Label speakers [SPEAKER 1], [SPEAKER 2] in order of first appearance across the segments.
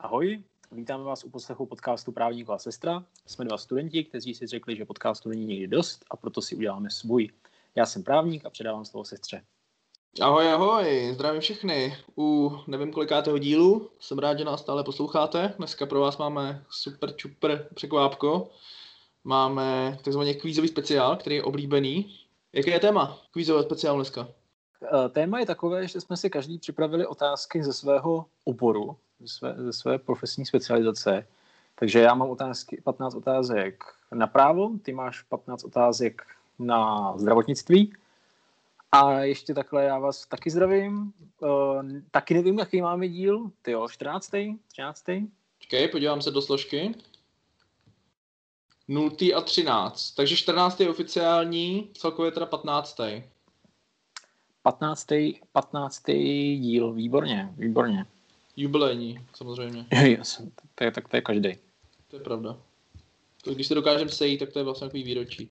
[SPEAKER 1] Ahoj, vítáme vás u poslechu podcastu Právníku a sestra. Jsme dva studenti, kteří si řekli, že podcastu není nikdy dost a proto si uděláme svůj. Já jsem právník a předávám slovo sestře.
[SPEAKER 2] Ahoj, ahoj, zdravím všechny. U nevím kolikátého dílu, jsem rád, že nás stále posloucháte. Dneska pro vás máme super čupr překvápko. Máme takzvaný kvízový speciál, který je oblíbený. Jaké je téma kvízového speciálu dneska?
[SPEAKER 1] Eh, Téma je takové, že jsme si každý připravili otázky ze svého oboru, ze své, ze své profesní specializace. Takže já mám otázky, 15 otázek na právo, ty máš 15 otázek na zdravotnictví. A ještě takhle já vás taky zdravím. Uh, taky nevím, jaký máme díl. Ty jo, 14. 13.
[SPEAKER 2] Čekej, podívám se do složky. 0. a 13. Takže 14. je oficiální, celkově teda 15.
[SPEAKER 1] 15. 15. díl, výborně, výborně.
[SPEAKER 2] Jubilejní, samozřejmě.
[SPEAKER 1] Jasně, to je, tak to je každý.
[SPEAKER 2] To je pravda. To, když se dokážeme sejít, tak to je vlastně takový výročí.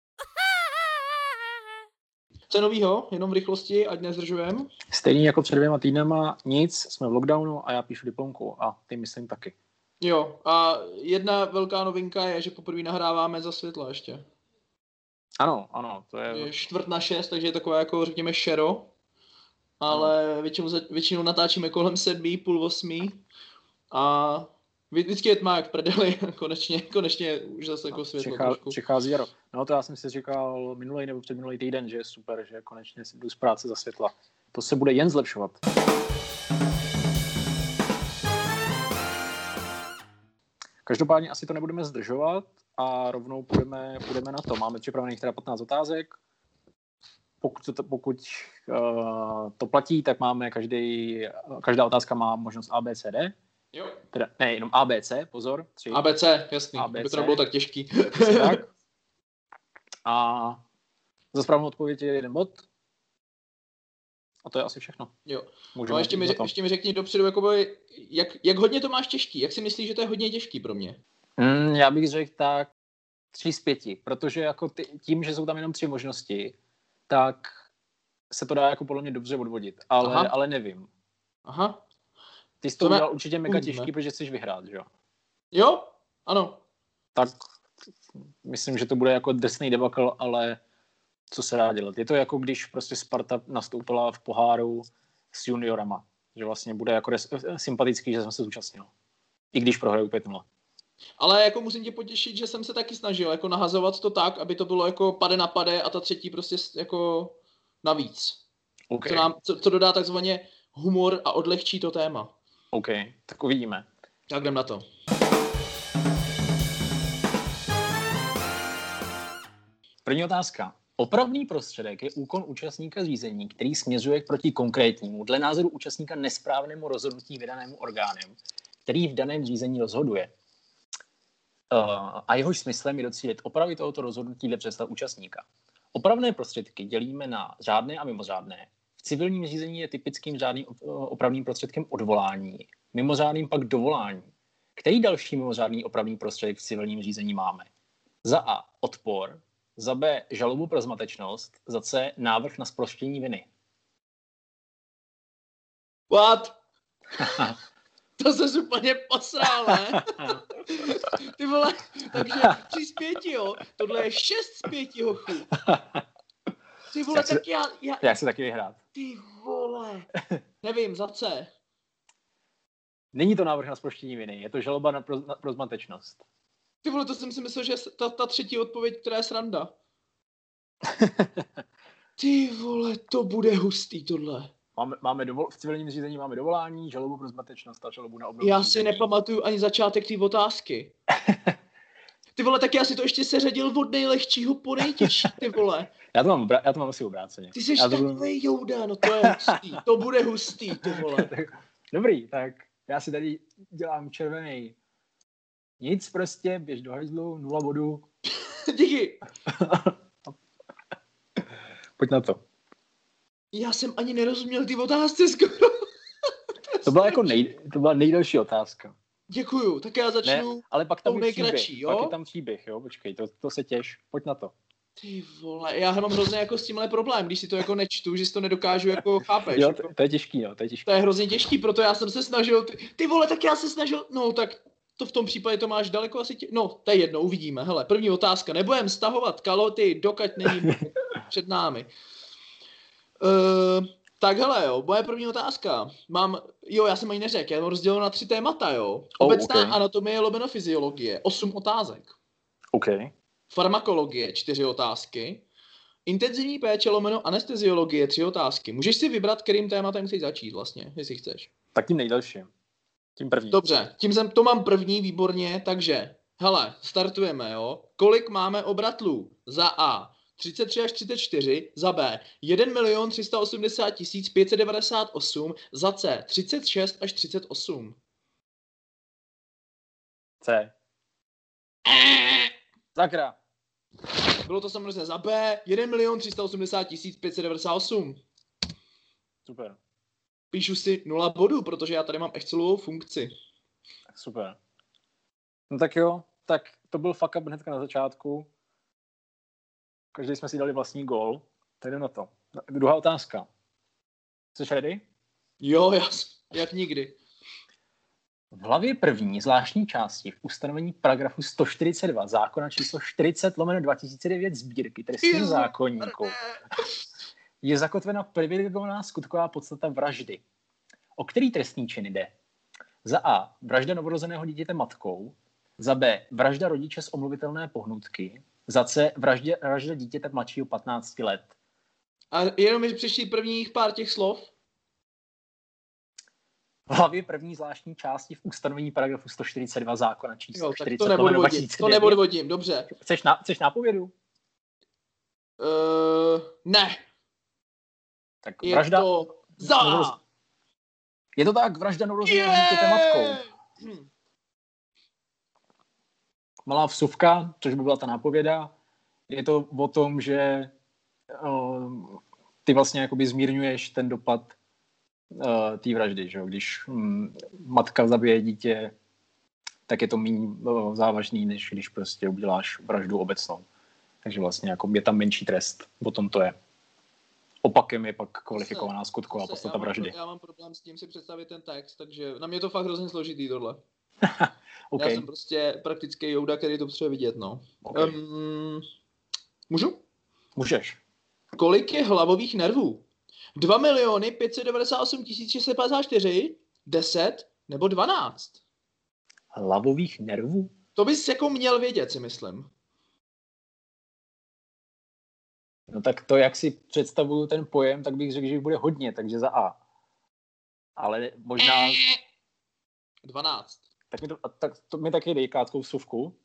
[SPEAKER 2] Co je novýho? Jenom v rychlosti, ať nezdržujeme.
[SPEAKER 1] Stejně jako před dvěma týdnama, nic, jsme v lockdownu a já píšu diplomku a ty myslím taky.
[SPEAKER 2] Jo, a jedna velká novinka je, že poprvé nahráváme za světla ještě.
[SPEAKER 1] Ano, ano, to je...
[SPEAKER 2] Je čtvrt na šest, takže je takové jako, řekněme, šero, ale většinou, za- většinou natáčíme kolem sedmi, půl osmi a vždy- vždycky je tma jak v prdeli, konečně, konečně už zase jako světlo
[SPEAKER 1] přichá,
[SPEAKER 2] trošku.
[SPEAKER 1] přichází jaro. No to já jsem si říkal minulý nebo předminulý týden, že je super, že konečně si jdu z práce za světla. To se bude jen zlepšovat. Každopádně asi to nebudeme zdržovat a rovnou půjdeme, půjdeme na to. Máme připravených teda 15 otázek. Pokud, to, pokud uh, to platí, tak máme každý, každá otázka má možnost ABCD.
[SPEAKER 2] Jo.
[SPEAKER 1] Teda, ne, jenom ABC, pozor. Tři.
[SPEAKER 2] ABC, jasný,
[SPEAKER 1] ABC.
[SPEAKER 2] ABC. aby to nebylo tak těžký.
[SPEAKER 1] Přesně tak. A za správnou odpověď je jeden bod. A to je asi všechno.
[SPEAKER 2] Jo.
[SPEAKER 1] Můžeme
[SPEAKER 2] No, ještě, mi,
[SPEAKER 1] jít na to.
[SPEAKER 2] řek- ještě mi řekni dopředu, jakoby, jak, jak hodně to máš těžký, jak si myslíš, že to je hodně těžký pro mě?
[SPEAKER 1] Mm, já bych řekl tak tři z pěti, protože jako ty, tím, že jsou tam jenom tři možnosti, tak se to dá jako podle mě dobře odvodit, ale,
[SPEAKER 2] Aha.
[SPEAKER 1] ale nevím.
[SPEAKER 2] Aha,
[SPEAKER 1] Ty jsi to
[SPEAKER 2] To Mm, ne-
[SPEAKER 1] udělal určitě mega
[SPEAKER 2] uvidíme.
[SPEAKER 1] těžký, protože chceš vyhrát, že jo?
[SPEAKER 2] jo, ano,
[SPEAKER 1] Tak myslím, že to bude jako drsný debakl, ale co se dá dělat. Je to jako když prostě Sparta nastoupila v poháru s juniorama, že vlastně bude jako res- sympatický, že jsem se zúčastnil. I když prohraju 5-0.
[SPEAKER 2] Ale jako musím tě potěšit, že jsem se taky snažil jako nahazovat to tak, aby to bylo jako pade na pade a ta třetí prostě s- jako navíc.
[SPEAKER 1] OK,
[SPEAKER 2] Co, nám, co, co dodá takzvaně humor a odlehčí to téma.
[SPEAKER 1] OK, tak uvidíme.
[SPEAKER 2] Tak jdem na to.
[SPEAKER 1] První otázka. Opravný prostředek je úkon účastníka řízení, který směřuje proti konkrétnímu, dle názoru účastníka nesprávnému rozhodnutí vydanému orgánem, který v daném řízení rozhoduje. Eh, A jehož smyslem je docílit opravy tohoto rozhodnutí dle představ účastníka. Opravné prostředky dělíme na řádné a mimořádné. V civilním řízení je typickým řádným op- eh, opravným prostředkem odvolání, mimořádným pak dovolání. Který další mimořádný opravný prostředek v civilním řízení máme? Za A. Odpor, za B žalobu pro zmatečnost, za C návrh na sproštění viny.
[SPEAKER 2] What? to se úplně posral, ne? Ty vole, takže tři z pěti, jo? Tohle je šest z pěti, hochu. Ty vole,
[SPEAKER 1] Já se-
[SPEAKER 2] tak já, já,
[SPEAKER 1] Já chci taky vyhrát.
[SPEAKER 2] ty vole. Nevím, za C.
[SPEAKER 1] Není to návrh na sproštění viny, je to žaloba na pro, na, pro zmatečnost.
[SPEAKER 2] Ty vole, to jsem si myslel, že je s- ta, ta třetí odpověď, která je sranda. Ty vole, to bude hustý tohle.
[SPEAKER 1] Máme, máme dovol, v civilním řízení máme dovolání, žalobu pro zmatečnost a žalobu na obnovu.
[SPEAKER 2] Já si
[SPEAKER 1] řízení.
[SPEAKER 2] nepamatuju ani začátek té otázky. Ty vole, tak já si to ještě seřadil od nejlehčího po nejtěžší, ty vole.
[SPEAKER 1] Já to mám, obra- já to mám asi obráceně.
[SPEAKER 2] Ty jsi
[SPEAKER 1] já to budu-
[SPEAKER 2] takový jouda, no to je hustý, to bude hustý, ty vole.
[SPEAKER 1] Dobrý, tak já si tady dělám červený. Nic prostě, běž do hajzlu, nula bodu,
[SPEAKER 2] Díky,
[SPEAKER 1] pojď na to.
[SPEAKER 2] já jsem ani nerozuměl ty otázce skoro.
[SPEAKER 1] To byla jako nej, to byla nejdelší otázka.
[SPEAKER 2] Děkuju, tak já
[SPEAKER 1] Ne,
[SPEAKER 2] začnu.
[SPEAKER 1] ale pak tam
[SPEAKER 2] tou
[SPEAKER 1] je příběh,
[SPEAKER 2] nejkratší, jo?
[SPEAKER 1] pak je tam příběh, jo, počkej, to, to se těš, pojď na to.
[SPEAKER 2] Ty vole, já mám hrozně jako s tímhle problém, když si to jako nečtu, že si to nedokážu jako chápeš.
[SPEAKER 1] Jo,
[SPEAKER 2] jako.
[SPEAKER 1] to, to je těžký, jo, to je těžký.
[SPEAKER 2] To je hrozně těžký, proto já jsem se snažil, ty, ty vole, tak já se snažil, no tak to v tom případě to máš daleko asi, tě, no to je jedno, uvidíme, hele, první otázka, nebudem stahovat kaloty, dokud není před námi. Uh, tak hele, jo, moje první otázka. Mám, jo, já jsem ani neřekl, já mám rozděleno na tři témata, jo.
[SPEAKER 1] Oh,
[SPEAKER 2] Obecná
[SPEAKER 1] okay.
[SPEAKER 2] anatomie, lomeno fyziologie, osm otázek.
[SPEAKER 1] OK.
[SPEAKER 2] Farmakologie, čtyři otázky. Intenzivní péče, lomeno anesteziologie, tři otázky. Můžeš si vybrat, kterým tématem chceš začít vlastně, jestli chceš.
[SPEAKER 1] Tak tím nejdelším. Tím prvním.
[SPEAKER 2] Dobře, tím jsem, to mám první, výborně, takže, hele, startujeme, jo. Kolik máme obratlů? Za A 33 až 34, za B 1 milion 380 tisíc 598, za C 36 až 38.
[SPEAKER 1] C. Sakra.
[SPEAKER 2] Bylo to samozřejmě za B 1 milion 380 tisíc 598.
[SPEAKER 1] Super.
[SPEAKER 2] Píšu si 0 bodů, protože já tady mám Excelovou funkci.
[SPEAKER 1] Super. No tak jo, tak to byl fuck up hnedka na začátku. Každý jsme si dali vlastní gól. Tak jdem na to. No, Druhá otázka. Jsi ready?
[SPEAKER 2] Jo, jas, jak nikdy.
[SPEAKER 1] V hlavě první zvláštní části v ustanovení paragrafu 142 zákona číslo 40 lomeno 2009 sbírky trestního
[SPEAKER 2] Jo,
[SPEAKER 1] zákonníku je zakotvena privilegovaná skutková podstata vraždy. O který trestný čin jde? Za A. Vražda novorozeného dítěte matkou. Za B. Vražda rodiče z omluvitelné pohnutky. Za C. Vraždě, vražda dítěte mladšího 15 let.
[SPEAKER 2] A jenom mi přišli prvních pár těch slov.
[SPEAKER 1] V hlavě první zvláštní části v ustanovení paragrafu 142 zákona číslo
[SPEAKER 2] Jo, tak
[SPEAKER 1] 40
[SPEAKER 2] to
[SPEAKER 1] lomeno
[SPEAKER 2] nebodvodím, to
[SPEAKER 1] 2009.
[SPEAKER 2] nebodvodím, dobře.
[SPEAKER 1] Chceš, na, chceš nápovědu?
[SPEAKER 2] Uh, ne,
[SPEAKER 1] Tak
[SPEAKER 2] je
[SPEAKER 1] vražda,
[SPEAKER 2] to za
[SPEAKER 1] Novoroz- Je to tak, vražda novorozeného
[SPEAKER 2] Yeah!
[SPEAKER 1] dítěte matkou.
[SPEAKER 2] Hm.
[SPEAKER 1] Malá vsuvka, což by byla ta nápověda, je to o tom, že ehm, ty vlastně jakoby zmírňuješ ten dopad eh, té vraždy, že jo? Když hm, matka zabije dítě, tak je to méně eh, závažný, než když prostě uděláš vraždu obecnou. Takže vlastně jako je tam menší trest, o tom to je. Opakem je pak kvalifikovaná skutková
[SPEAKER 2] Zase,
[SPEAKER 1] podstata
[SPEAKER 2] Prostě já mám
[SPEAKER 1] vraždy.
[SPEAKER 2] pro- Já mám problém s tím si představit ten text, takže na mě to fakt hrozně složitý tohle.
[SPEAKER 1] OK,
[SPEAKER 2] Já jsem prostě praktický jouda, který to potřebuje vidět, no.
[SPEAKER 1] okay.
[SPEAKER 2] Um, můžu?
[SPEAKER 1] můžeš.
[SPEAKER 2] Kolik je hlavových nervů? 2 miliony 598 654, 10 nebo 12?
[SPEAKER 1] Hlavových nervů?
[SPEAKER 2] To bys jako měl vědět, si myslím.
[SPEAKER 1] No tak to, jak si představuju ten pojem, tak bych řekl, že jich bude hodně, takže za A. Ale možná,
[SPEAKER 2] 12.
[SPEAKER 1] tak mi, to, a tak, to mi taky dej krátkou suvku.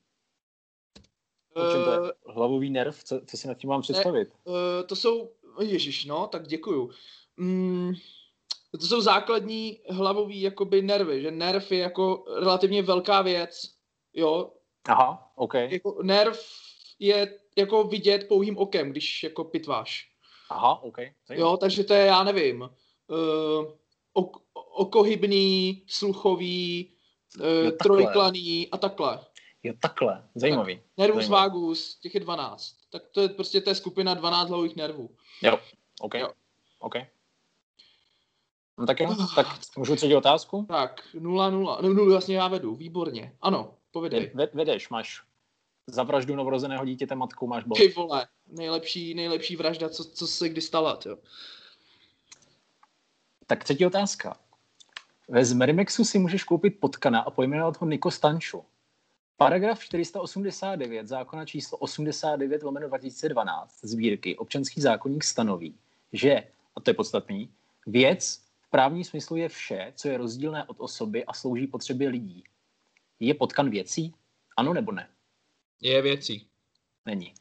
[SPEAKER 1] O čem to je? Hlavový nerv, co, co si nad tím mám představit?
[SPEAKER 2] Eh, to jsou, ježiš, no, tak děkuju. Mm, to jsou základní hlavový jakoby nervy, že nerv je jako relativně velká věc, jo,
[SPEAKER 1] Aha, OK,
[SPEAKER 2] jako nerv je jako vidět pouhým okem, když jako pitváš,
[SPEAKER 1] aha, OK. zajímavé.
[SPEAKER 2] jo, takže to je, já nevím, uh, ok, okohybný, sluchový,
[SPEAKER 1] Jo,
[SPEAKER 2] uh,
[SPEAKER 1] takhle.
[SPEAKER 2] trojklaný a takhle.
[SPEAKER 1] Jo, takhle, zajímavý.
[SPEAKER 2] Nervus
[SPEAKER 1] Zajímavé.
[SPEAKER 2] vagus, těch je 12. Tak to je prostě to je skupina 12 hlavových nervů.
[SPEAKER 1] OK,
[SPEAKER 2] Jo.
[SPEAKER 1] OK. No tak jo,
[SPEAKER 2] Eh.
[SPEAKER 1] tak můžu třetí otázku?
[SPEAKER 2] Tak, 0-0. No, no, jasně, já vedu, výborně. Ano, povedej.
[SPEAKER 1] Ve- Vedeš, máš za vraždu novorozeného dítěte matku, máš bod.
[SPEAKER 2] Ty vole, nejlepší, nejlepší vražda, co, co se kdy stala, jo.
[SPEAKER 1] Tak třetí otázka. Ve Zmerimexu si můžeš koupit potkana a pojmenovat ho Niko Stanču. Paragraf 489 zákona číslo 89 lomeno 2012 sbírky občanský zákonník stanoví, že, a to je podstatný, věc v právním smyslu je vše, co je rozdílné od osoby a slouží potřebě lidí. Je potkan věcí? Ano nebo ne?
[SPEAKER 2] Je věcí.
[SPEAKER 1] Není.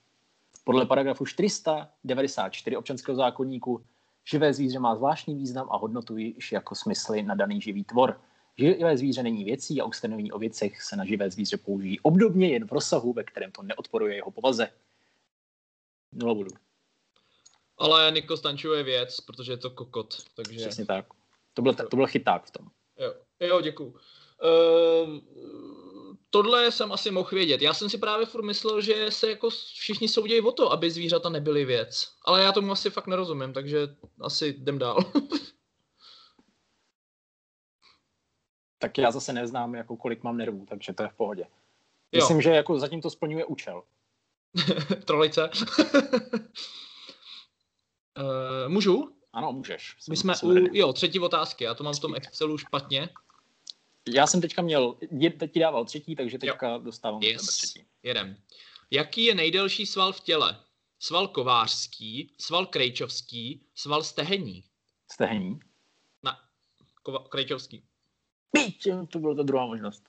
[SPEAKER 1] Podle paragrafu 494 občanského zákonníku živé zvíře má zvláštní význam a hodnotu již jako smysly na daný živý tvor. Živé zvíře není věcí a ustanovení o věcech se na živé zvíře použijí obdobně jen v rozsahu, ve kterém to neodporuje jeho povaze. No, Nula bodů.
[SPEAKER 2] Ale Niko Stanču je věc, protože je to kokot, takže...
[SPEAKER 1] Přesně tak. To byl, to byl chyták v tom.
[SPEAKER 2] Jo, jo děkuju. Uh, tohle jsem asi mohl vědět. Já jsem si právě furt myslel, že se jako všichni soudějí o to, aby zvířata nebyly věc. Ale já tomu asi fakt nerozumím, takže asi jdem dál.
[SPEAKER 1] tak já zase neznám, jako kolik mám nervů, takže to je v pohodě. Myslím, jo. že jako zatím to splňuje účel.
[SPEAKER 2] Trolice. uh, můžu?
[SPEAKER 1] Ano, můžeš.
[SPEAKER 2] Jsem, My jsme u, ready. jo, třetí otázky, já to mám v tom Excelu špatně.
[SPEAKER 1] Já jsem teďka měl, je, teď ti dával třetí, takže teďka jo. dostávám yes. třetí.
[SPEAKER 2] Jedem. Jaký je nejdelší sval v těle? Sval kovářský, sval krejčovský, sval stehení.
[SPEAKER 1] Stehení?
[SPEAKER 2] Ne, kova- krejčovský.
[SPEAKER 1] Píč, eh, to byla ta druhá možnost.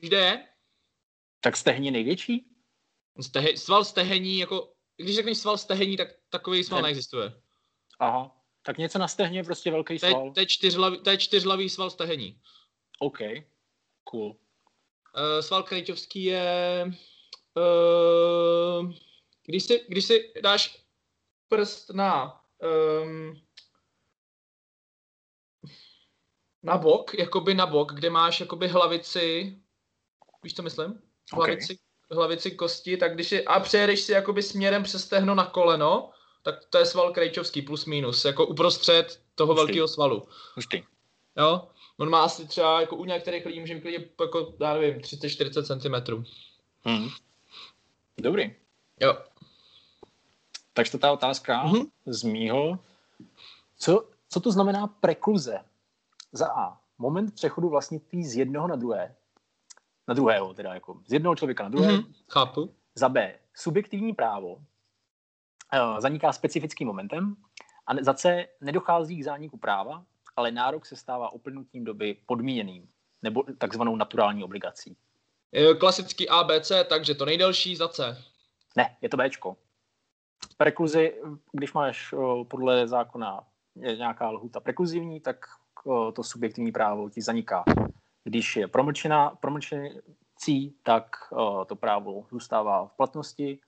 [SPEAKER 2] Kde?
[SPEAKER 1] Tak stehní největší?
[SPEAKER 2] Stehe, sval stehení, jako, když řekneš sval stehení, tak takový sval Ten. neexistuje.
[SPEAKER 1] Aha, tak něco na stehně je prostě velký
[SPEAKER 2] te,
[SPEAKER 1] sval.
[SPEAKER 2] To je čtyřlavý, čtyřlavý sval stehení.
[SPEAKER 1] OK, cool.
[SPEAKER 2] Uh, sval krejčovský je... Uh, když, si, když si dáš prst na... Um, na bok, jakoby na bok, kde máš jakoby hlavici, víš, co myslím? Hlavici, okay. hlavici kosti, tak když je, a přejedeš si jakoby směrem přes stehno na koleno, tak to je sval krejčovský plus minus, jako uprostřed toho Hustý. velkého svalu.
[SPEAKER 1] Hustý.
[SPEAKER 2] Jo, on má asi třeba jako u některých lidí může klidně jako, já nevím, 30-40 cm.
[SPEAKER 1] Hmm. Dobrý.
[SPEAKER 2] Jo.
[SPEAKER 1] Takže to ta otázka mm-hmm. z mýho. Co, co to znamená prekluze? Za A. Moment přechodu vlastnictví z jednoho na druhé. Na druhého, teda jako z jednoho člověka na
[SPEAKER 2] Mhm.
[SPEAKER 1] druhé. Mm-hmm.
[SPEAKER 2] Chápu.
[SPEAKER 1] Za B. Subjektivní právo, eh, zaniká specifickým momentem a za C nedochází k zániku práva, ale nárok se stává uplynutím doby podmíněným nebo takzvanou naturální obligací.
[SPEAKER 2] Klasický ABC, takže to nejdelší za C.
[SPEAKER 1] Ne, je to Bčko. Prekluzi, když máš eh, podle zákona nějaká lhuta prekluzivní, tak eh, to subjektivní právo ti zaniká. Když je promlčená, promlčecí, tak eh, to právo zůstává v platnosti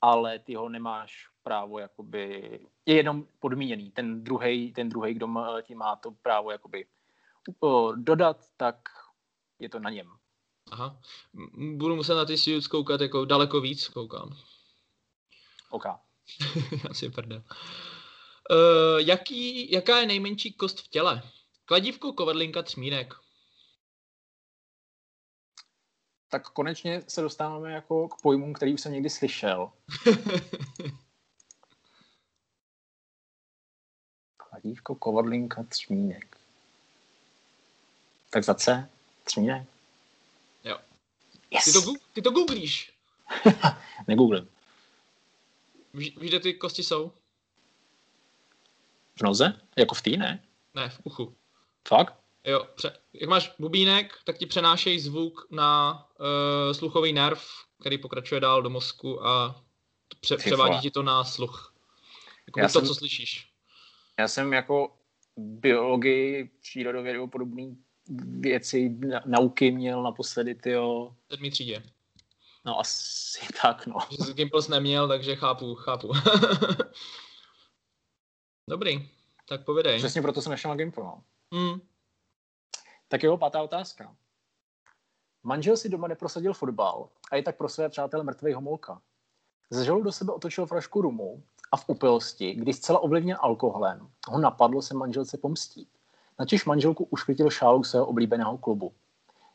[SPEAKER 1] ale ty ho nemáš právo jakoby, je jenom podmíněný. Ten druhý, ten druhý, kdo má, ti má to právo jakoby eh, dodat, tak je to na něm.
[SPEAKER 2] Aha. Budu muset na ty Suits koukat jako daleko víc, koukám.
[SPEAKER 1] OK.
[SPEAKER 2] Asi prdel. Uh, jaký, jaká je nejmenší kost v těle? Kladívko, kovadlinka, třmínek.
[SPEAKER 1] tak konečně se dostáváme jako k pojmům, který už jsem někdy slyšel. Kladívko, kovadlinka, třmínek. Tak za C, třmínek.
[SPEAKER 2] Jo. Yes. Ty, to, ty to googlíš.
[SPEAKER 1] Negooglím.
[SPEAKER 2] Víš, víš, kde ty kosti jsou?
[SPEAKER 1] V noze? Jako v té, ne?
[SPEAKER 2] Ne, v uchu.
[SPEAKER 1] Fakt?
[SPEAKER 2] Jo, pře- jak máš bubínek, tak ti přenášejí zvuk na uh, sluchový nerv, který pokračuje dál do mozku a pře- převádí ti to na sluch. Jako já to, jsem, co slyšíš.
[SPEAKER 1] Já jsem jako biologii, přírodovědu a podobné věci, na, nauky měl naposledy, tyjo.
[SPEAKER 2] V sedmý třídě.
[SPEAKER 1] No asi tak, no.
[SPEAKER 2] Že jsi Gimples neměl, takže chápu, chápu. Dobrý, tak povědej.
[SPEAKER 1] Přesně proto jsem našel na Gimple, no.
[SPEAKER 2] Mm.
[SPEAKER 1] Tak jo, pátá otázka. Manžel si doma neprosadil fotbal a je tak pro své přátele mrtvý homolka. Zažal do sebe otočil frašku rumu a v upilosti, kdy zcela ovlivněn alkoholem, ho napadlo se manželce pomstít. Načež manželku uškvětil šálou svého oblíbeného klubu.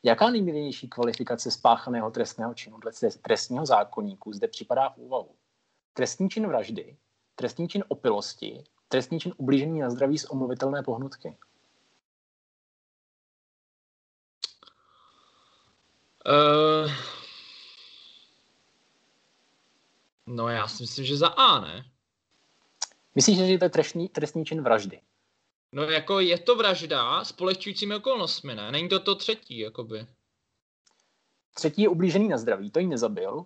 [SPEAKER 1] Jaká nejmírnější kvalifikace spáchaného trestného činu dle trestního zákonníku zde připadá v úvahu? Trestní čin vraždy, trestní čin opilosti, trestní čin ublížení na zdraví z omluvitelné pohnutky.
[SPEAKER 2] Uh, no já si myslím, že za A, ne?
[SPEAKER 1] Myslíš, že to je trestní, trestní čin vraždy?
[SPEAKER 2] No jako je to vražda s polehčujícími okolnostmi, ne? Není to to třetí, jakoby.
[SPEAKER 1] Třetí je ublížený na zdraví, to jí nezabil.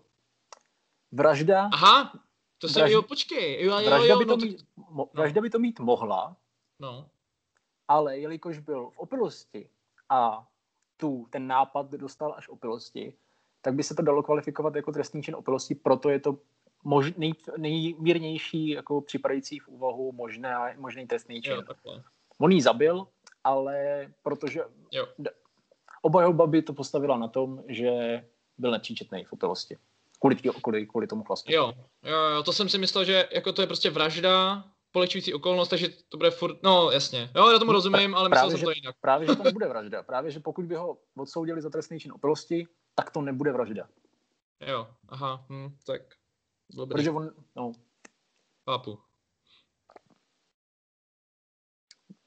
[SPEAKER 1] Vražda...
[SPEAKER 2] Aha, to se, vražd... jo, počkej. Jo, jo,
[SPEAKER 1] vražda,
[SPEAKER 2] jo,
[SPEAKER 1] by
[SPEAKER 2] no,
[SPEAKER 1] to mít, tak... mo, vražda by to mít mohla,
[SPEAKER 2] no.
[SPEAKER 1] ale jelikož byl v opilosti a tu, ten nápad dostal až opilosti, tak by se to dalo kvalifikovat jako trestný čin opilosti, proto je to mož, nej, nejmírnější, jako připadající v úvahu možné, možný trestný čin.
[SPEAKER 2] Jo, takhle.
[SPEAKER 1] On ji zabil, ale protože
[SPEAKER 2] jo.
[SPEAKER 1] Obajoba by to postavila na tom, že byl nepříčetný v opilosti. Kvůli, kvůli, kvůli tomu chlastu.
[SPEAKER 2] Jo, jo, jo, to jsem si myslel, že jako to je prostě vražda, polečující okolnost, takže to bude furt, no jasně, jo, já tomu rozumím, ale myslel
[SPEAKER 1] Právě,
[SPEAKER 2] jsem
[SPEAKER 1] že,
[SPEAKER 2] to jinak.
[SPEAKER 1] právě, že to nebude vražda. Právě, že pokud by ho odsoudili za trestný čin opilosti, tak to nebude vražda.
[SPEAKER 2] Jo, aha, hm, tak, dobrý,
[SPEAKER 1] Protože on, no,
[SPEAKER 2] chápu.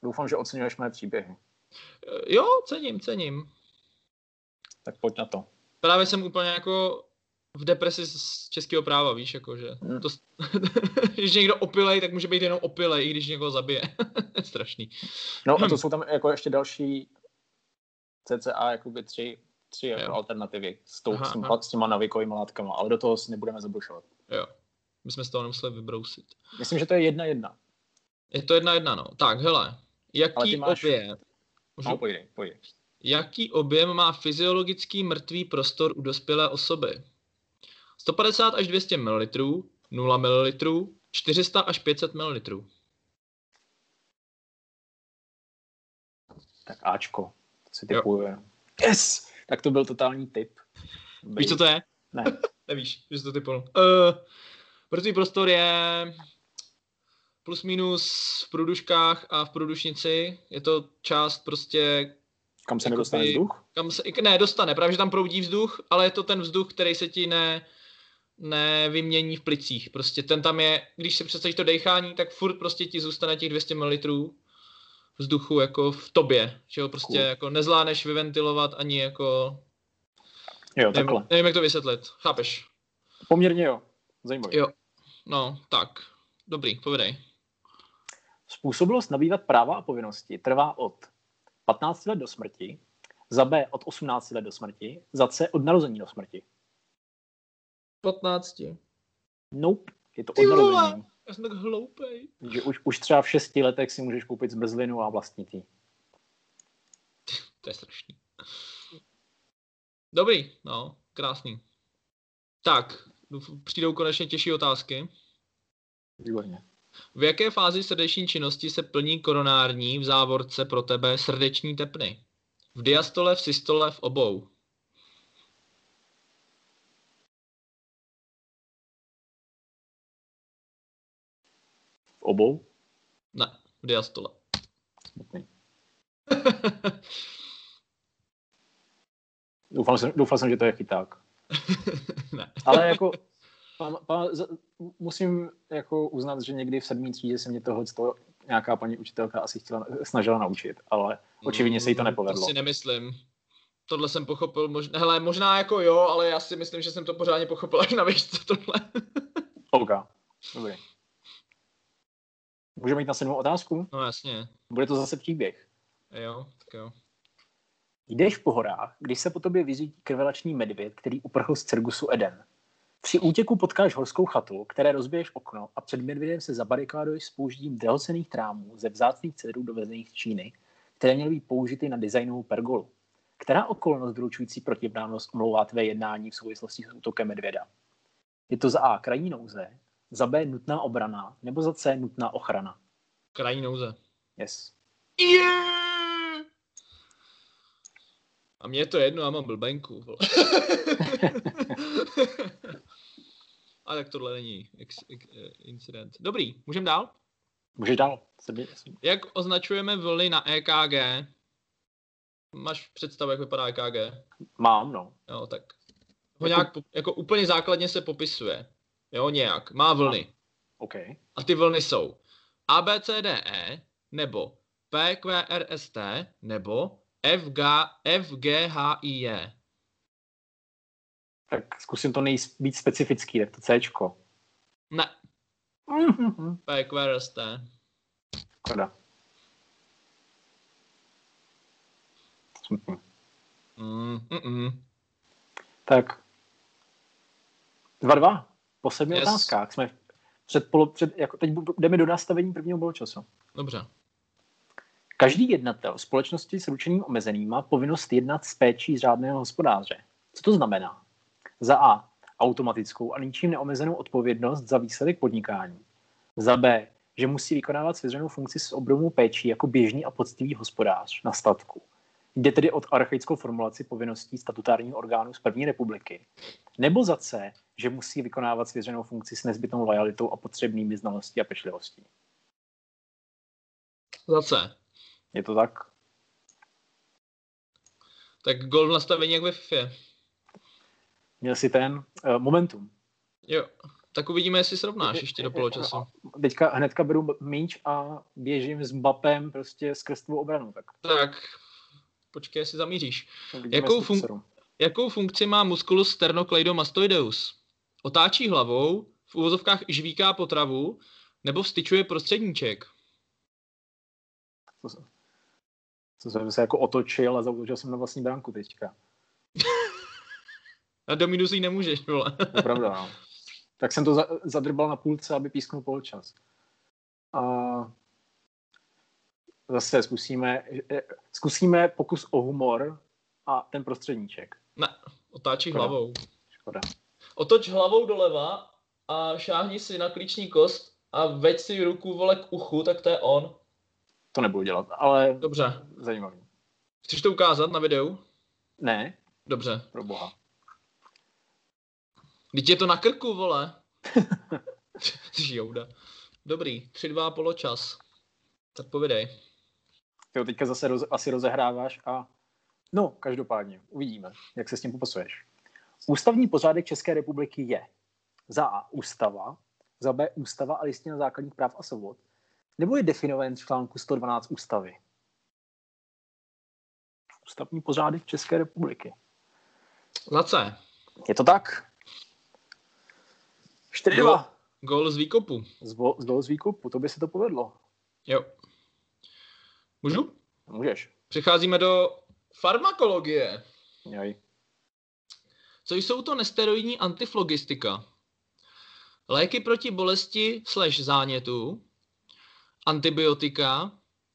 [SPEAKER 1] doufám, že oceňuješ mé příběhy.
[SPEAKER 2] E, Jo, cením, cením.
[SPEAKER 1] Tak pojď na to.
[SPEAKER 2] Právě jsem úplně jako v depresi z českého práva, víš, jako, že
[SPEAKER 1] Hm.
[SPEAKER 2] to, když někdo opilej, tak může být jenom opilej, i když někoho zabije. Strašný.
[SPEAKER 1] No
[SPEAKER 2] Hm.
[SPEAKER 1] a to jsou tam jako ještě další cca jakoby jako tři, tři jako
[SPEAKER 2] Jo.
[SPEAKER 1] alternativy s, tou,
[SPEAKER 2] Aha,
[SPEAKER 1] s, tím,
[SPEAKER 2] aha.
[SPEAKER 1] s těma navikovými látkama, ale do toho si nebudeme zabrušovat.
[SPEAKER 2] Jo, my jsme z toho nemuseli vybrousit.
[SPEAKER 1] Myslím, že to je jedna jedna.
[SPEAKER 2] Je to jedna jedna, no. Tak, hele,
[SPEAKER 1] Ale ty
[SPEAKER 2] jaký
[SPEAKER 1] máš-
[SPEAKER 2] máš... objem? Můžu...
[SPEAKER 1] No, pojď, pojď.
[SPEAKER 2] Jaký objem má fyziologický mrtvý prostor u dospělé osoby? 150 až 200 ml, 0 ml, 400 až 500 ml.
[SPEAKER 1] Tak Ačko, to si typuje. Yes! Tak to byl totální tip.
[SPEAKER 2] Víš, co to je?
[SPEAKER 1] Ne.
[SPEAKER 2] Nevíš, že jsi to typol. Uh, mrtvý prostor je plus minus v průduškách a v průdušnici. Je to část prostě,
[SPEAKER 1] Kam se
[SPEAKER 2] Jakoby-
[SPEAKER 1] nedostane vzduch?
[SPEAKER 2] kam se, ne, dostane, právě že tam proudí vzduch, ale je to ten vzduch, který se ti ne, nevymění v plicích. Prostě ten tam je, když si představíš to dechání, tak furt prostě ti zůstane těch 200 ml vzduchu jako v tobě, že jo, prostě
[SPEAKER 1] Cool.
[SPEAKER 2] jako nezvládneš vyventilovat ani jako,
[SPEAKER 1] Jo,
[SPEAKER 2] nevím,
[SPEAKER 1] takhle.
[SPEAKER 2] nevím, jak to vysvětlit, chápeš?
[SPEAKER 1] Poměrně jo. Zajímavé.
[SPEAKER 2] Jo. No, tak, dobrý, povedej.
[SPEAKER 1] Způsobilost nabývat práva a povinnosti trvá od 15 let do smrti, za B od 18 let do smrti, za C od narození do smrti.
[SPEAKER 2] 15.
[SPEAKER 1] Nope, je to od
[SPEAKER 2] Ty vole!
[SPEAKER 1] narození.
[SPEAKER 2] Já jsem tak hloupej.
[SPEAKER 1] Že už, už třeba v šesti letech si můžeš koupit zmrzlinu a vlastnit ji.
[SPEAKER 2] To je strašný. Dobrý, no, krásný. Tak, douf- přijdou konečně těžší otázky.
[SPEAKER 1] Výborně.
[SPEAKER 2] V jaké fázi srdeční činnosti se plní koronární v závorce pro tebe srdeční tepny? V diastole, v systole, v obou.
[SPEAKER 1] V obou?
[SPEAKER 2] Ne, v diastole.
[SPEAKER 1] Smutný. Doufal jsem, doufal jsem, že to je chyták.
[SPEAKER 2] ne.
[SPEAKER 1] Ale jako pam, pam, za- musím jako uznat, že někdy v sedmý třídě se mě tohle nějaká paní učitelka asi chtěla, snažila naučit, ale očividně se jí to
[SPEAKER 2] Mm,
[SPEAKER 1] nepovedlo.
[SPEAKER 2] To si nemyslím. Tohle jsem pochopil, možná, hele, možná jako jo, ale já si myslím, že jsem to pořádně pochopil až na výšce tohle.
[SPEAKER 1] OK, dobrý. Můžeme jít na sedmou otázku?
[SPEAKER 2] No jasně,
[SPEAKER 1] Bude to zase příběh.
[SPEAKER 2] jo, tak jo.
[SPEAKER 1] Jdeš po horách, když se po tobě vyzítí krvelační medvěd, který uprchl z cirkusu Eden. Při útěku potkáš horskou chatu, které rozbiješ okno a před medvědem se zabarikáduješ s použitím drahocených trámů ze vzácných cedrů dovezených z Číny, které měly být použity na designovou pergolu. Která okolnost doručující protiprávnost omlouvá tvé jednání v souvislosti s útokem medvěda? Je to za A krajní nouze, za B nutná obrana nebo za C nutná ochrana?
[SPEAKER 2] Krajní nouze.
[SPEAKER 1] Yes.
[SPEAKER 2] Yeah! A mě je to jedno, já mám blbenku. vole. A tak tohle není ex, ex, eh, incident. Dobrý, můžeme dál?
[SPEAKER 1] Můžeš dál. Sedmi- sedmi-
[SPEAKER 2] Jak označujeme vlny na EKG? Máš představu, jak vypadá EKG?
[SPEAKER 1] Mám, no.
[SPEAKER 2] Jo, tak ho nějak, po- jako úplně základně se popisuje. Jo, nějak. Má vlny.
[SPEAKER 1] OK.
[SPEAKER 2] A ty vlny jsou A, B, C, D, E, nebo P, Q, R, S, T, nebo F, G, F, G, H, I, J.
[SPEAKER 1] Tak zkusím to nejs- být specifický, tak to Cčko.
[SPEAKER 2] Ne,
[SPEAKER 1] Mhm.
[SPEAKER 2] P, Q, R, S, T.
[SPEAKER 1] Škoda. Smutný.
[SPEAKER 2] Mm, mm, mm.
[SPEAKER 1] Tak. Dva dva. Po sedmi
[SPEAKER 2] Yes.
[SPEAKER 1] yes. otázkách jsme před, polo, před jako teď bu- jdeme do nastavení prvního poločasu.
[SPEAKER 2] Dobře.
[SPEAKER 1] Každý jednatel společnosti s ručením omezeným má povinnost jednat s péčí řádného hospodáře. Co to znamená? Za A. Automatickou a ničím neomezenou odpovědnost za výsledek podnikání. Za B. Že musí vykonávat svěřenou funkci s obrovou péčí jako běžný a poctivý hospodář na statku. Jde tedy od archaickou formulaci povinností statutárního orgánu z první republiky. Nebo za C, že musí vykonávat svěřenou funkci s nezbytnou lojalitou a potřebnými znalostí a pečlivostí.
[SPEAKER 2] Za C.
[SPEAKER 1] Je to tak?
[SPEAKER 2] Tak gol v nastavení jak ve FIFA.
[SPEAKER 1] Měl si ten uh, momentum.
[SPEAKER 2] Jo. Tak uvidíme, jestli srovnáš ještě do poločasu.
[SPEAKER 1] Teďka hnedka beru míč a běžím s Mbappem prostě skrz tvou obranu. Tak
[SPEAKER 2] Tak, počkej, jestli zamíříš.
[SPEAKER 1] uvidíme,
[SPEAKER 2] Jakou
[SPEAKER 1] jestli to
[SPEAKER 2] fun-
[SPEAKER 1] seru.
[SPEAKER 2] Jakou funkci má musculus sternocleidomastoideus? Otáčí hlavou, v uvozovkách žvíká potravu, nebo vstyčuje prostředníček?
[SPEAKER 1] Co se- Co jsem se jako otočil a zautočil jsem na vlastní bránku teďka.
[SPEAKER 2] A do minusu jí nemůžeš, vole.
[SPEAKER 1] To je pravda, no. Tak jsem to za, zadrbal na půlce, aby písknul polčas. A zase zkusíme, eh, zkusíme pokus o humor a ten prostředníček.
[SPEAKER 2] Ne, otáčí
[SPEAKER 1] Škoda.
[SPEAKER 2] hlavou.
[SPEAKER 1] Škoda.
[SPEAKER 2] Otoč hlavou doleva a šáhni si na klíční kost a veď si ruku, vole, k uchu, tak to je on.
[SPEAKER 1] To nebudu dělat, ale
[SPEAKER 2] Dobře.
[SPEAKER 1] zajímavý.
[SPEAKER 2] Chceš to ukázat na videu?
[SPEAKER 1] Ne,
[SPEAKER 2] Dobře.
[SPEAKER 1] pro boha.
[SPEAKER 2] Teď je to na krku, vole. Žijouda. Dobrý, 3-2 poločas. Tak povidej.
[SPEAKER 1] Ty ho teďka zase roz, asi rozehráváš a no, každopádně, uvidíme, jak se s tím popasuješ. Ústavní pořádek České republiky je za A. Ústava, za B. Ústava a listina základních práv a svobod, nebo je definován v článku 112 ústavy? Ústavní pořádek České republiky.
[SPEAKER 2] Za C.
[SPEAKER 1] Je to tak? 4-2.
[SPEAKER 2] Gól z výkopu.
[SPEAKER 1] Z bo- Z dolu z výkupu, to by se to povedlo.
[SPEAKER 2] Jo. Můžu?
[SPEAKER 1] Můžeš.
[SPEAKER 2] Přecházíme do farmakologie.
[SPEAKER 1] Joj.
[SPEAKER 2] Co jsou to nesteroidní antiflogistika? Léky proti bolesti slash zánětu, antibiotika,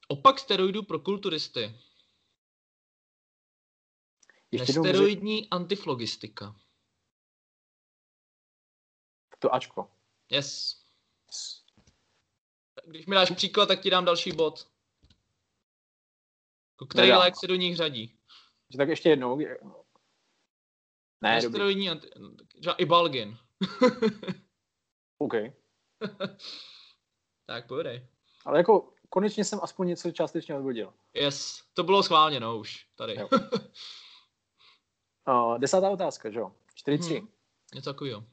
[SPEAKER 2] opak steroidů pro kulturisty.
[SPEAKER 1] Ještě jednou může...
[SPEAKER 2] Nesteroidní antiflogistika.
[SPEAKER 1] to Ačko.
[SPEAKER 2] Yes. Když mi dáš příklad, tak ti dám další bod. Jako Který
[SPEAKER 1] Nedám.
[SPEAKER 2] lék se do nich řadí?
[SPEAKER 1] Že tak ještě jednou. je- Ne, dobrý.
[SPEAKER 2] Nesteroidní anti... Třeba i balgin.
[SPEAKER 1] OK.
[SPEAKER 2] Tak pojedej.
[SPEAKER 1] Ale jako konečně jsem aspoň něco částečně odvodil.
[SPEAKER 2] Yes, to bylo schválněno už tady.
[SPEAKER 1] Jo. Uh, desátá otázka, že jo? 4-3.
[SPEAKER 2] Hmm. Něco takového.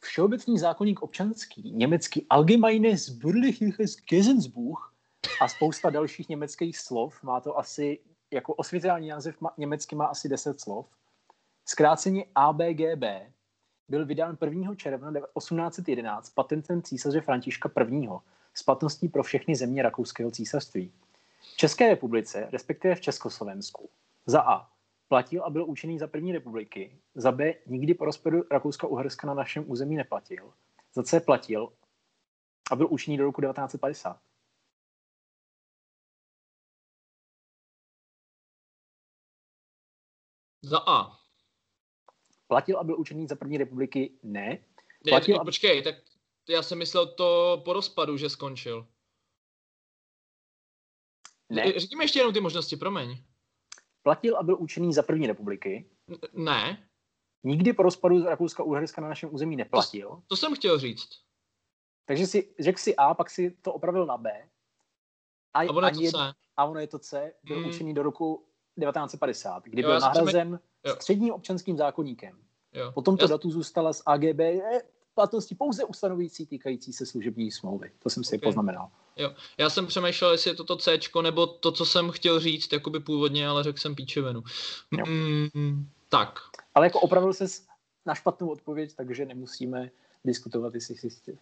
[SPEAKER 1] Všeobecný zákonník občanský, německý Allgemeines Bürgerliches Gesetzbuch a spousta dalších německých slov, má to asi, jako osvětelný název má, německy má asi 10 slov, zkráceně ABGB, byl vydán 1. června 1811 patentem císaře Františka I. s platností pro všechny země Rakouského císařství. V České republice, respektive v Československu, za A platil a byl účinný za první republiky, za B nikdy po rozpadu Rakouska-Uherska na našem území neplatil, za C platil a byl účinný do roku 1950.
[SPEAKER 2] Za A.
[SPEAKER 1] Platil a byl účinný za první republiky? Ne.
[SPEAKER 2] Ne,
[SPEAKER 1] Platil
[SPEAKER 2] tak
[SPEAKER 1] a-
[SPEAKER 2] Počkej, tak já jsem myslel to po rozpadu, že skončil.
[SPEAKER 1] Ne.
[SPEAKER 2] E, Řekni mi ještě jenom ty možnosti, promiň.
[SPEAKER 1] Platil a byl účinný za první republiky,
[SPEAKER 2] N- Ne,
[SPEAKER 1] nikdy po rozpadu Rakouska-Uherska na našem území neplatil,
[SPEAKER 2] to jsem chtěl říct.
[SPEAKER 1] takže si řekl si A, pak si to opravil na B. A,
[SPEAKER 2] A ono je
[SPEAKER 1] ani
[SPEAKER 2] to
[SPEAKER 1] jedno-
[SPEAKER 2] C.
[SPEAKER 1] a ono je to C, byl
[SPEAKER 2] Mm.
[SPEAKER 1] mm. účinný do roku 1950, kdy
[SPEAKER 2] Jo,
[SPEAKER 1] byl
[SPEAKER 2] já jsem-
[SPEAKER 1] nahrazen
[SPEAKER 2] Jo.
[SPEAKER 1] středním občanským zákonníkem.
[SPEAKER 2] Jo.
[SPEAKER 1] Po tomto
[SPEAKER 2] já,
[SPEAKER 1] datu zůstala z AGB eh, v platnosti pouze ustanovující týkající se služební smlouvy. To jsem si
[SPEAKER 2] Ok.
[SPEAKER 1] okay. poznamenal.
[SPEAKER 2] já jsem přemýšlel, jestli je to to C, nebo to, co jsem chtěl říct, jakoby původně, ale řekl jsem píčevinu.
[SPEAKER 1] Jo.
[SPEAKER 2] Mm, tak,
[SPEAKER 1] Ale jako opravil se na špatnou odpověď, takže nemusíme diskutovat, jestli, jestli,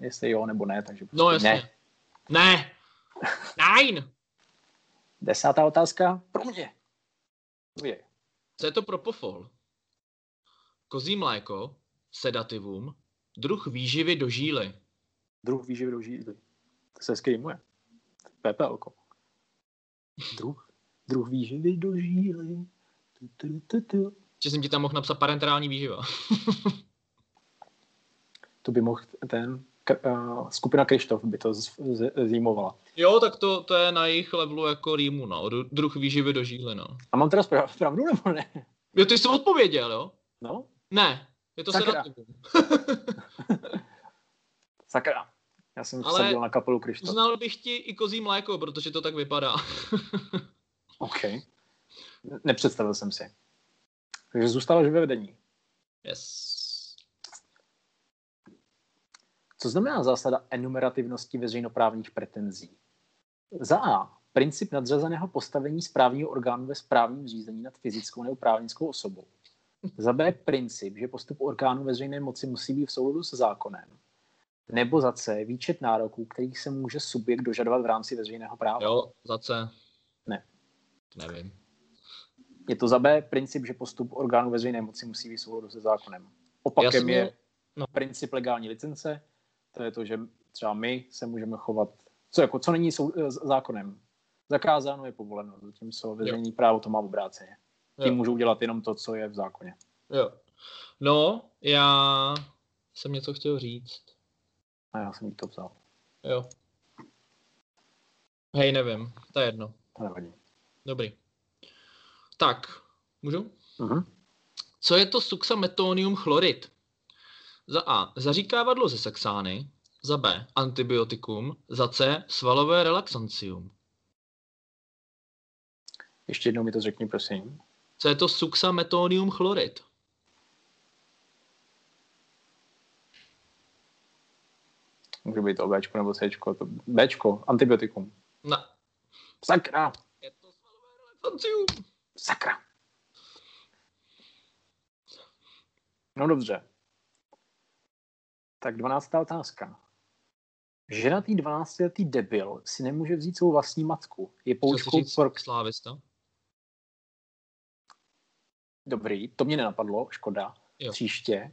[SPEAKER 1] jestli jo nebo ne. Takže
[SPEAKER 2] no
[SPEAKER 1] prostě
[SPEAKER 2] jasně.
[SPEAKER 1] ne.
[SPEAKER 2] Ne. ne. Nein.
[SPEAKER 1] Desátá otázka pro mě. Je.
[SPEAKER 2] Co je to propofol? Kozí mléko, sedativum, druh výživy do žíly.
[SPEAKER 1] Druh výživy do žíly. To se hezky jmenuje. PPLko. Druh, druh výživy do žíly. Tu, tu, tu, tu.
[SPEAKER 2] Že jsem ti tam mohl napsat parenterální výživa.
[SPEAKER 1] To by mohl ten k- eh, skupina Krištof by to z- z- zjímovala.
[SPEAKER 2] Jo, tak to, to je na jejich levelu jako rýmu, no. Dru- Druh výživy do žíly, no.
[SPEAKER 1] A mám teda spra- pravdu nebo ne?
[SPEAKER 2] Jo, ty jsi odpověděl, jo?
[SPEAKER 1] No,
[SPEAKER 2] Ne, je to
[SPEAKER 1] Sakra.
[SPEAKER 2] se
[SPEAKER 1] sakra. Já jsem
[SPEAKER 2] Ale-
[SPEAKER 1] Ale... sadil na kapelu Krištof.
[SPEAKER 2] Uznal bych ti i kozí mléko, protože to tak vypadá.
[SPEAKER 1] OK. Nepředstavil jsem si. Takže zůstalo živé vedení.
[SPEAKER 2] Yes.
[SPEAKER 1] Co znamená zásada enumerativnosti veřejnoprávních pretenzí? Za A. Princip nadřazeného postavení správního orgánu ve správním řízení nad fyzickou nebo právnickou osobou. Za B. Princip, že postup orgánu veřejné moci musí být v souladu se zákonem. Nebo za C. Výčet nároků, kterých se může subjekt dožadovat v rámci veřejného práva.
[SPEAKER 2] Jo, za C.
[SPEAKER 1] Ne.
[SPEAKER 2] Nevím.
[SPEAKER 1] Je to za B. Princip, že postup orgánu veřejné moci musí být v souladu se zákonem. Opakem
[SPEAKER 2] Jasně.
[SPEAKER 1] je
[SPEAKER 2] No.
[SPEAKER 1] princip legální licence, to je to, že třeba my se můžeme chovat, co, jako, co není sou, z- zákonem. Zakázáno je povoleno, zatímco veřejný právo to má obráceně. Tím
[SPEAKER 2] Jo.
[SPEAKER 1] můžou dělat jenom to, co je v zákoně.
[SPEAKER 2] Jo. No, já jsem něco chtěl říct.
[SPEAKER 1] A já jsem jí to vzal.
[SPEAKER 2] Jo. Hej, nevím, to je jedno.
[SPEAKER 1] To nevadí.
[SPEAKER 2] Dobrý. Tak, můžu?
[SPEAKER 1] Mhm.
[SPEAKER 2] Co je to suxametonium chlorid? Za A. Zaříkávadlo ze saxány. Za B. Antibiotikum. Za C. Svalové relaxancium.
[SPEAKER 1] Ještě jednou mi to řekni, prosím.
[SPEAKER 2] Co je to suxametonium chlorid?
[SPEAKER 1] Může být to Bčko nebo Cčko. To Bčko, antibiotikum.
[SPEAKER 2] Ne.
[SPEAKER 1] Sakra,
[SPEAKER 2] Je to svalové relaxancium.
[SPEAKER 1] sakra. No dobře. Tak 12. otázka. Ženatý 12-letý debil si nemůže vzít svou vlastní matku. Je poučkou pro...
[SPEAKER 2] Slávista.
[SPEAKER 1] Dobrý, to mě nenapadlo, škoda.
[SPEAKER 2] Jo.
[SPEAKER 1] Jo. Příště.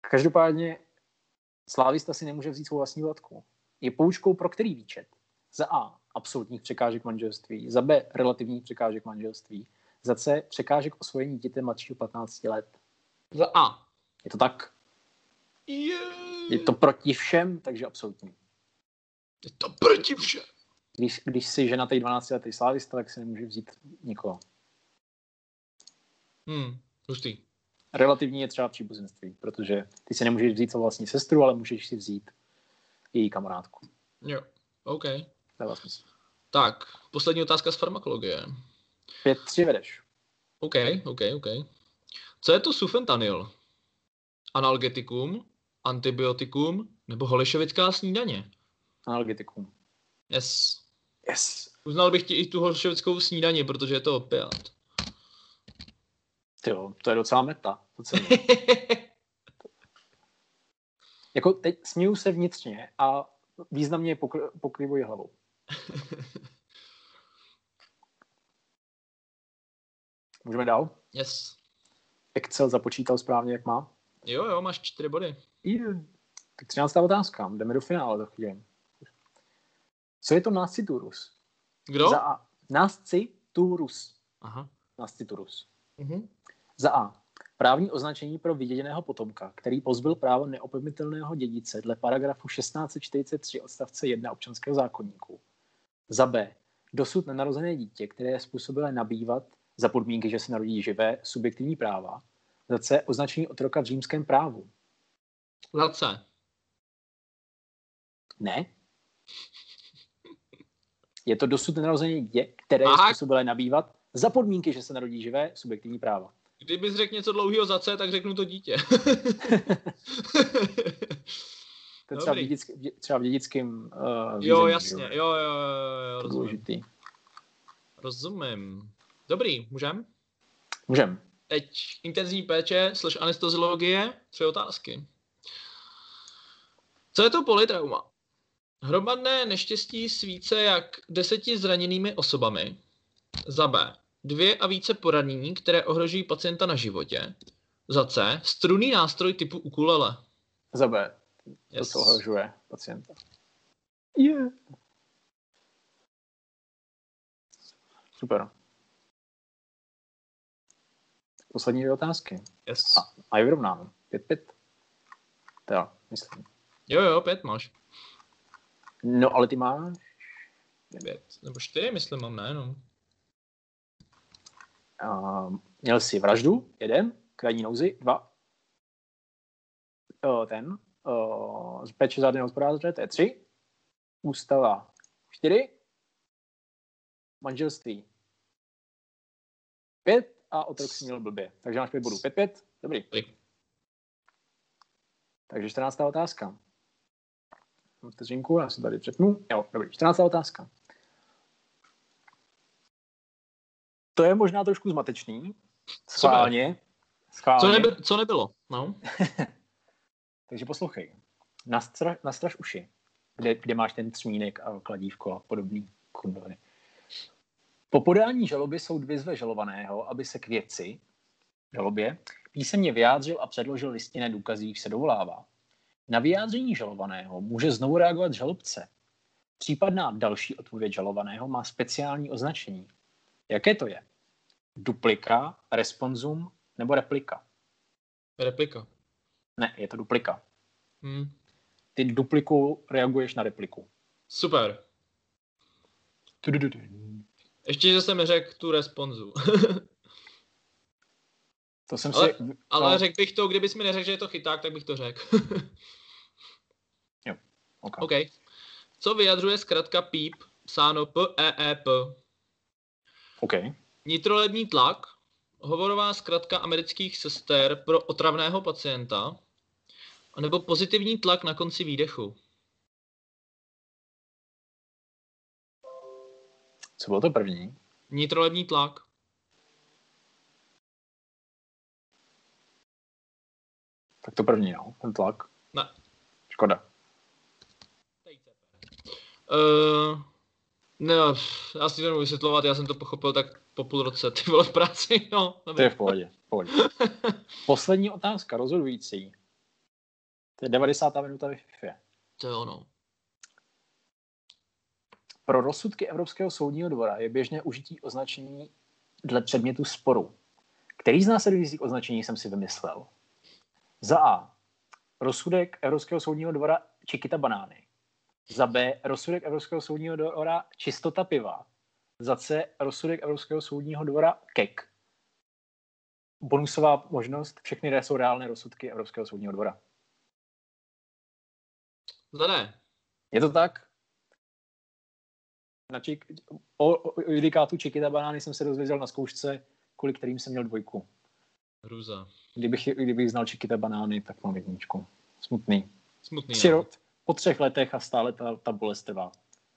[SPEAKER 1] Každopádně slávista si nemůže vzít svou vlastní matku. Je poučkou pro který výčet? Za A. Absolutních překážek manželství. Za B. Relativních překážek manželství. Za C. Překážek osvojení dítěte mladšího 15 let.
[SPEAKER 2] Za A.
[SPEAKER 1] Je to tak?
[SPEAKER 2] Yeah.
[SPEAKER 1] Je to proti všem, takže absolutní.
[SPEAKER 2] Je to proti všem.
[SPEAKER 1] Když, když si žena tej 12 letý slávista, tak si nemůže vzít nikoho.
[SPEAKER 2] Hmm, hustý.
[SPEAKER 1] Relativní je třeba příbuzenství, protože ty si nemůžeš vzít svou vlastní sestru, ale můžeš si vzít její kamarádku.
[SPEAKER 2] Jo, OK.
[SPEAKER 1] Dává smysl.
[SPEAKER 2] Tak, poslední otázka z farmakologie.
[SPEAKER 1] Pět tři vedeš.
[SPEAKER 2] OK, OK, OK. Co je to sufentanyl? Analgetikum, antibiotikum nebo holešovická snídaně?
[SPEAKER 1] Analgetikum.
[SPEAKER 2] Yes.
[SPEAKER 1] Yes.
[SPEAKER 2] Uznal bych ti i tu holešovickou snídaně, protože je to opiat.
[SPEAKER 1] Ty jo, to je docela meta. To cením. jako teď směju se vnitřně a významně je pokr- pokrývuji hlavou. Můžeme dál?
[SPEAKER 2] yes.
[SPEAKER 1] Excel započítal správně, jak má?
[SPEAKER 2] Jo, jo, máš čtyři body.
[SPEAKER 1] Tak 13. otázka. Jdeme do finále za chvíli. Co je to nasciturus?
[SPEAKER 2] Kdo?
[SPEAKER 1] Za A. Nasciturus.
[SPEAKER 2] Aha.
[SPEAKER 1] Nasciturus.
[SPEAKER 2] Mhm.
[SPEAKER 1] Za A. Právní označení pro vyděděného potomka, který pozbyl právo neopomitelného dědice dle paragrafu 1643 odstavce 1 občanského zákonníku. Za B. Dosud nenarozené dítě, které je způsobilé nabývat za podmínky, že se narodí živé, subjektivní práva. Za C. Označení otroka v římském právu.
[SPEAKER 2] Za C.
[SPEAKER 1] Ne. Je to dosud nenarozené dítě, které je
[SPEAKER 2] Aha.
[SPEAKER 1] způsobilé nabývat za podmínky, že se narodí živé, subjektivní práva.
[SPEAKER 2] Kdybys řekl něco dlouhého za C, tak řeknu to dítě.
[SPEAKER 1] To je třeba v,
[SPEAKER 2] Dobrý.
[SPEAKER 1] dědick, v dě- třeba v dědickém uh,
[SPEAKER 2] jo, jasně, jo, jo, jo, jo rozumím.
[SPEAKER 1] Důležitý.
[SPEAKER 2] rozumím. Dobrý, můžem?
[SPEAKER 1] Můžem.
[SPEAKER 2] Teď intenzivní péče slash anesteziologie, tři otázky. Co je to polytrauma? Hromadné neštěstí s více jak deseti zraněnými osobami. Za B. Dvě a více poranění, které ohrožují pacienta na životě. Za C. Struný nástroj typu ukulele.
[SPEAKER 1] Za B. To,
[SPEAKER 2] Yes.
[SPEAKER 1] co ohrožuje pacienta. Yeah. Super. Poslední dvě otázky.
[SPEAKER 2] Yes.
[SPEAKER 1] A, a je vyrovnáno. Pět, pět. Tak, myslím.
[SPEAKER 2] Jo, jo, pět máš.
[SPEAKER 1] No, ale ty máš...
[SPEAKER 2] Pět. Nebo čtyři, myslím, mám, ne, no.
[SPEAKER 1] Uh, měl jsi vraždu, jeden, krajní nouzi, dva. Uh, ten, uh, z péče řádného hospodáře, to je tři. Ústava, čtyři. Manželství, pět a otrok si měl blbě. Takže máš pět bodů. Pět, pět, dobrý.
[SPEAKER 2] Dobrý.
[SPEAKER 1] Takže 14. otázka. Vteřinku, já si tady přepnu. Jo, dobrý, 14. otázka. To je možná trošku zmatečný. Schválně.
[SPEAKER 2] Co,
[SPEAKER 1] Schválně.
[SPEAKER 2] neby, co nebylo, no.
[SPEAKER 1] Takže poslouchej. Nastra, nastraž uši, kde, kde máš ten třmínek a kladívko a podobný kundoviny. Po podání žaloby soud vyzve žalovaného, aby se k věci, žalobě, písemně vyjádřil a předložil listinné důkazy, jich se dovolává. Na vyjádření žalovaného může znovu reagovat žalobce. Případná další odpověď žalovaného má speciální označení. Jaké to je? Duplika, responsum nebo replika?
[SPEAKER 2] Replika.
[SPEAKER 1] Ne, je to duplika.
[SPEAKER 2] Hm.
[SPEAKER 1] ty dupliku reaguješ na repliku.
[SPEAKER 2] Super.
[SPEAKER 1] Tudududu.
[SPEAKER 2] Ještě, že jsem neřekl tu responzu.
[SPEAKER 1] To jsem si...
[SPEAKER 2] Ale- Ale
[SPEAKER 1] No.
[SPEAKER 2] no. řekl bych to, kdybys mi neřekl, že je to chyták, tak bych to řekl.
[SPEAKER 1] Okay.
[SPEAKER 2] OK. Co vyjadřuje zkratka PEEP, psáno E, P-E-E-P?
[SPEAKER 1] Okay.
[SPEAKER 2] Nitrolební tlak, hovorová zkratka amerických sester pro otravného pacienta, nebo pozitivní tlak na konci výdechu.
[SPEAKER 1] Co bylo to první?
[SPEAKER 2] Nitrolební tlak.
[SPEAKER 1] Tak to první, no. Ten tlak.
[SPEAKER 2] Ne.
[SPEAKER 1] Škoda.
[SPEAKER 2] Uh, no, pff, já si to nebudu vysvětlovat, já jsem to pochopil tak po půl roce, ty vole v práci, no.
[SPEAKER 1] To
[SPEAKER 2] dobrý.
[SPEAKER 1] je v pohodě. v pohodě. Poslední otázka, rozhodující. To je 90. minuta ve FIFA.
[SPEAKER 2] To je ono.
[SPEAKER 1] Pro rozsudky Evropského soudního dvora je běžné užití označení dle předmětu sporu. Který z následujících označení jsem si vymyslel? Za A. Rozsudek Evropského soudního dvora Čikita banány. Za B. Rozsudek Evropského soudního dvora Čistota piva. Za C. Rozsudek Evropského soudního dvora Kek. Bonusová možnost, všechny jsou reálné rozsudky Evropského soudního dvora.
[SPEAKER 2] Zda ne.
[SPEAKER 1] Je to tak? Na čik, o, o, o judikátu Čikita banány jsem se dozvěděl na zkoušce, kvůli kterým jsem měl dvojku.
[SPEAKER 2] Hruza.
[SPEAKER 1] Kdybych, kdybych znal Čikita banány, tak mám jedničku. Smutný.
[SPEAKER 2] Smutný.
[SPEAKER 1] Tři
[SPEAKER 2] no.
[SPEAKER 1] ro, po třech letech a stále ta, ta bolest trvá.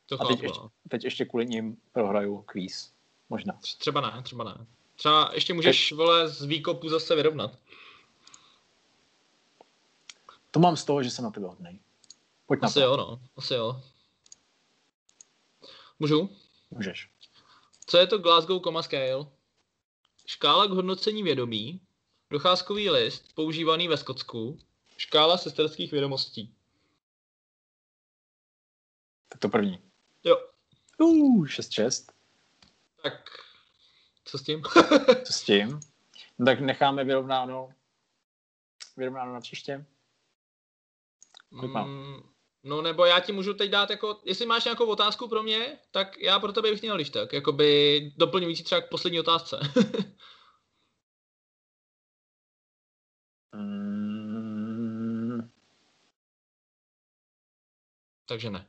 [SPEAKER 2] To
[SPEAKER 1] A teď
[SPEAKER 2] chápu,
[SPEAKER 1] ještě,
[SPEAKER 2] no.
[SPEAKER 1] teď ještě kvůli ním prohraju kvíz. Možná.
[SPEAKER 2] Tř- Třeba ne, třeba ne. Třeba ještě můžeš, vole, z výkopu zase vyrovnat.
[SPEAKER 1] To mám z toho, že jsem na tebe hodnej. Pojď na
[SPEAKER 2] Asi
[SPEAKER 1] to.
[SPEAKER 2] jo, no. Asi jo. Můžu?
[SPEAKER 1] Můžeš.
[SPEAKER 2] Co je to Glasgow Coma Scale? Škála k hodnocení vědomí, docházkový list používaný ve Skotsku, škála sesterských vědomostí.
[SPEAKER 1] Tak to první.
[SPEAKER 2] Jo,
[SPEAKER 1] Uuu, 6-6.
[SPEAKER 2] tak co s tím?
[SPEAKER 1] Co s tím? No tak necháme vyrovnáno, vyrovnáno na příště. Kolik mám?
[SPEAKER 2] Mm, No nebo já ti můžu teď dát jako, jestli máš nějakou otázku pro mě, tak já pro tebe bych měl když tak, jakoby doplňující třeba k poslední otázce.
[SPEAKER 1] Mm.
[SPEAKER 2] Takže ne.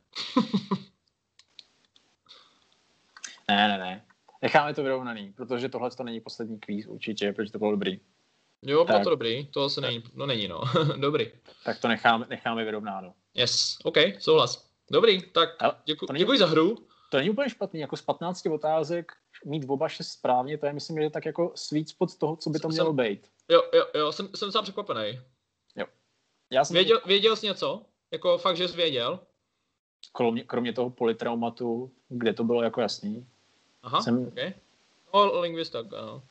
[SPEAKER 1] Ne, ne, ne. Necháme to vyrovnaný, protože tohle to není poslední kvíz určitě, protože to bylo dobrý.
[SPEAKER 2] Jo, bylo
[SPEAKER 1] Tak.
[SPEAKER 2] to dobrý, to asi není, no není no, dobrý.
[SPEAKER 1] Tak to necháme, necháme vyrovnáno.
[SPEAKER 2] Yes, OK, souhlas. Dobrý, tak
[SPEAKER 1] Ale
[SPEAKER 2] děku,
[SPEAKER 1] to není-
[SPEAKER 2] děkuji za hru.
[SPEAKER 1] To není úplně špatný, jako z 15 otázek mít oba šest správně, to je myslím, že je tak jako sweet spot toho, co by to
[SPEAKER 2] Jsem-
[SPEAKER 1] mělo být.
[SPEAKER 2] Jo, jo, jo, jsem, jsem sám překvapený.
[SPEAKER 1] Já jsem
[SPEAKER 2] Věděl, věděl jsi něco? Jako fakt, že jsi věděl?
[SPEAKER 1] kromě, kromě toho politraumatu, kde to bylo jako jasný,
[SPEAKER 2] Aha, jsem...
[SPEAKER 1] Jsem-
[SPEAKER 2] okay. No, lingvistika, ano.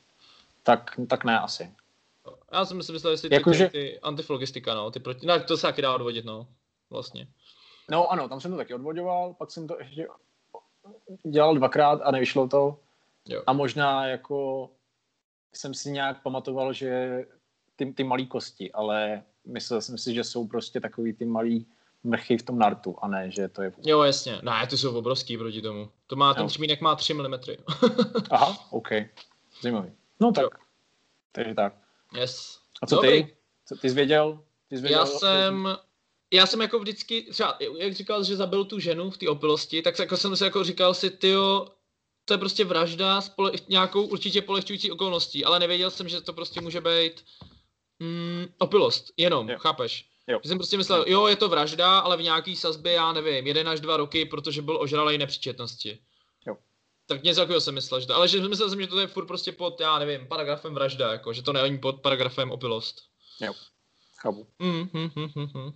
[SPEAKER 1] tak, tak ne asi.
[SPEAKER 2] Já jsem si myslel, jestli ty,
[SPEAKER 1] Jakože-
[SPEAKER 2] ty, ty antiflogistika, no, ty proti... No, to se taky dá odvodit, no, vlastně.
[SPEAKER 1] No ano, tam jsem to taky odvoďoval, pak jsem to ještě dělal dvakrát a nevyšlo to.
[SPEAKER 2] Jo.
[SPEAKER 1] A možná jako jsem si nějak pamatoval, že ty, ty malé kosti, ale myslel jsem si, že jsou prostě takový ty malý mrchy v tom nartu a ne, že to je...
[SPEAKER 2] Jo, jasně. Ne, ty jsou obrovský proti tomu. To má, ten
[SPEAKER 1] Jo.
[SPEAKER 2] třmínek má 3 mm.
[SPEAKER 1] Aha, OK. Zajímavý. No tak.
[SPEAKER 2] Jo.
[SPEAKER 1] Takže tak.
[SPEAKER 2] yes.
[SPEAKER 1] A co
[SPEAKER 2] Dobrý.
[SPEAKER 1] ty? Co, ty jsi věděl? Ty jsi věděl vlastně
[SPEAKER 2] Já jsem, já jsem jako vždycky, třeba, jak říkal, že zabil tu ženu v té opilosti, tak se- jako jsem si jako říkal si, tyjo, to je prostě vražda s pole, nějakou určitě polehčující okolností, ale nevěděl jsem, že to prostě může být mm, opilost, jenom,
[SPEAKER 1] Jo.
[SPEAKER 2] jo. chápeš?
[SPEAKER 1] Jo.
[SPEAKER 2] Že jsem prostě myslel, jo, je to vražda, ale v nějaký sazbě, já nevím, jeden až dva roky, protože byl ožralej nepříčetnosti.
[SPEAKER 1] Jo.
[SPEAKER 2] Tak něco takového jsem myslel, že to, ale že myslel jsem, že to je furt prostě pod, já nevím, paragrafem vražda, jako, že to není pod paragrafem opilost.
[SPEAKER 1] Chápu.
[SPEAKER 2] Mm, mm, mm, mm, mm.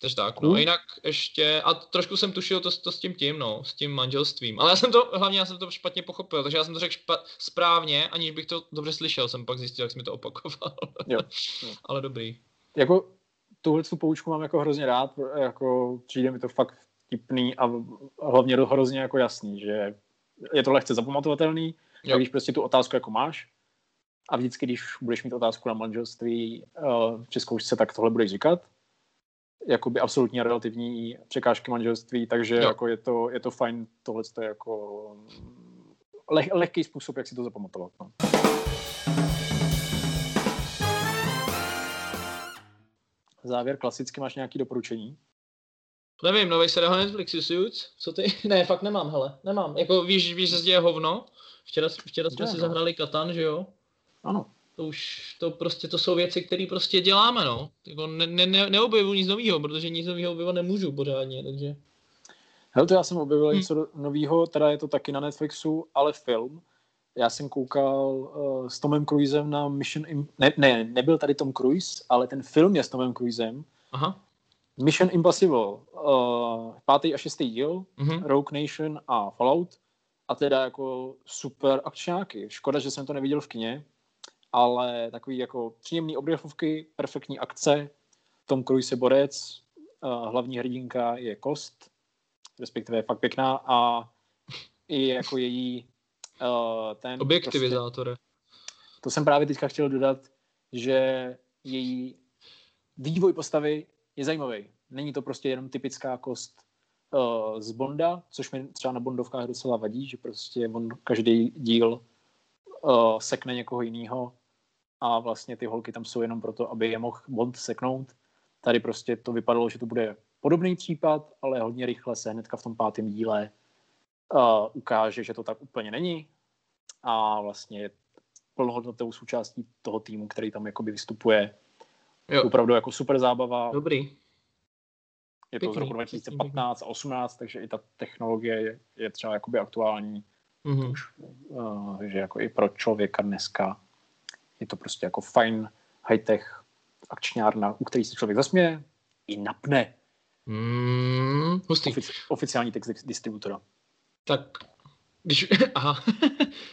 [SPEAKER 2] Takže tak, no.
[SPEAKER 1] Cool.
[SPEAKER 2] A jinak ještě, a trošku jsem tušil to, to s tím tím, no, s tím manželstvím. Ale já jsem to, hlavně já jsem to špatně pochopil, takže já jsem to řekl špa- správně, aniž bych to dobře slyšel, jsem pak zjistil, jak jsi mi to opakoval.
[SPEAKER 1] Jo, jo.
[SPEAKER 2] Ale dobrý.
[SPEAKER 1] Jako tuhle tu poučku mám jako hrozně rád, jako přijde mi to fakt vtipný a v- hlavně ro- hrozně jako jasný, že je to lehce zapamatovatelný,
[SPEAKER 2] Jo.
[SPEAKER 1] jo. když prostě tu otázku jako máš a vždycky, když budeš mít otázku na manželství uh, při zkoušce, tak tohle budeš říkat. Jakoby absolutní a relativní překážky manželství, takže
[SPEAKER 2] Jo.
[SPEAKER 1] jako je, to, je to fajn, tohle je jako mm, leh, lehký způsob, jak si to zapamatovat. No. Závěr klasicky máš nějaké doporučení?
[SPEAKER 2] Nevím, nový seriál na Netflixu, Suits? Co ty? Ne, fakt nemám, hele, nemám. Jako víš, víš, že se děje hovno? Včera, včera jsme
[SPEAKER 1] Jo,
[SPEAKER 2] si
[SPEAKER 1] no.
[SPEAKER 2] zahrali Katan, že jo?
[SPEAKER 1] Ano.
[SPEAKER 2] To už, to prostě, to jsou věci, které prostě děláme, no. Jako ne, ne, ne, neobjevu nic nového, protože nic nového objevovat nemůžu pořádně, takže.
[SPEAKER 1] Hele, to já jsem objevil
[SPEAKER 2] Hmm.
[SPEAKER 1] něco do- novýho, teda je to taky na Netflixu, ale film. Já jsem koukal uh, s Tomem Cruisem na Mission... Im- ne, ne, nebyl tady Tom Cruise, ale ten film je s Tomem Cruisem.
[SPEAKER 2] Aha.
[SPEAKER 1] Mission Impossible, uh, pátý a šestý díl,
[SPEAKER 2] Mhm.
[SPEAKER 1] Rogue Nation a Fallout. A teda jako super akčňáky. Škoda, že jsem to neviděl v kině, ale takový jako příjemný obdechovky, perfektní akce. Tom Cruise je borec, eh, hlavní hrdinka je Kost, respektive je fakt pěkná a i jako její eh, ten... Prostě,
[SPEAKER 2] Objektivizátore.
[SPEAKER 1] to jsem právě teďka chtěl dodat, že její vývoj postavy je zajímavý. Není to prostě jenom typická kost uh, z Bonda, což mi třeba na Bondovkách docela vadí, že prostě on každý díl uh, sekne někoho jiného a vlastně ty holky tam jsou jenom proto, aby je mohl Bond seknout. Tady prostě to vypadalo, že to bude podobný případ, ale hodně rychle se hnedka v tom pátém díle uh, ukáže, že to tak úplně není a vlastně je plnohodnotnou součástí toho týmu, který tam jakoby vystupuje.
[SPEAKER 2] Jo.
[SPEAKER 1] Opravdu jako super zábava,
[SPEAKER 2] Dobrý.
[SPEAKER 1] je to z
[SPEAKER 2] No, pěkný,
[SPEAKER 1] roku
[SPEAKER 2] pěkný,
[SPEAKER 1] 2015 a 18, takže i ta technologie je, je třeba jakoby aktuální,
[SPEAKER 2] Mhm.
[SPEAKER 1] uh, že jako i pro člověka dneska je to prostě jako fajn high-tech akčňárna, u který se člověk zasměje i napne
[SPEAKER 2] Mm, hustý.
[SPEAKER 1] ofici, oficiální text dis- distributora.
[SPEAKER 2] Tak, když, aha,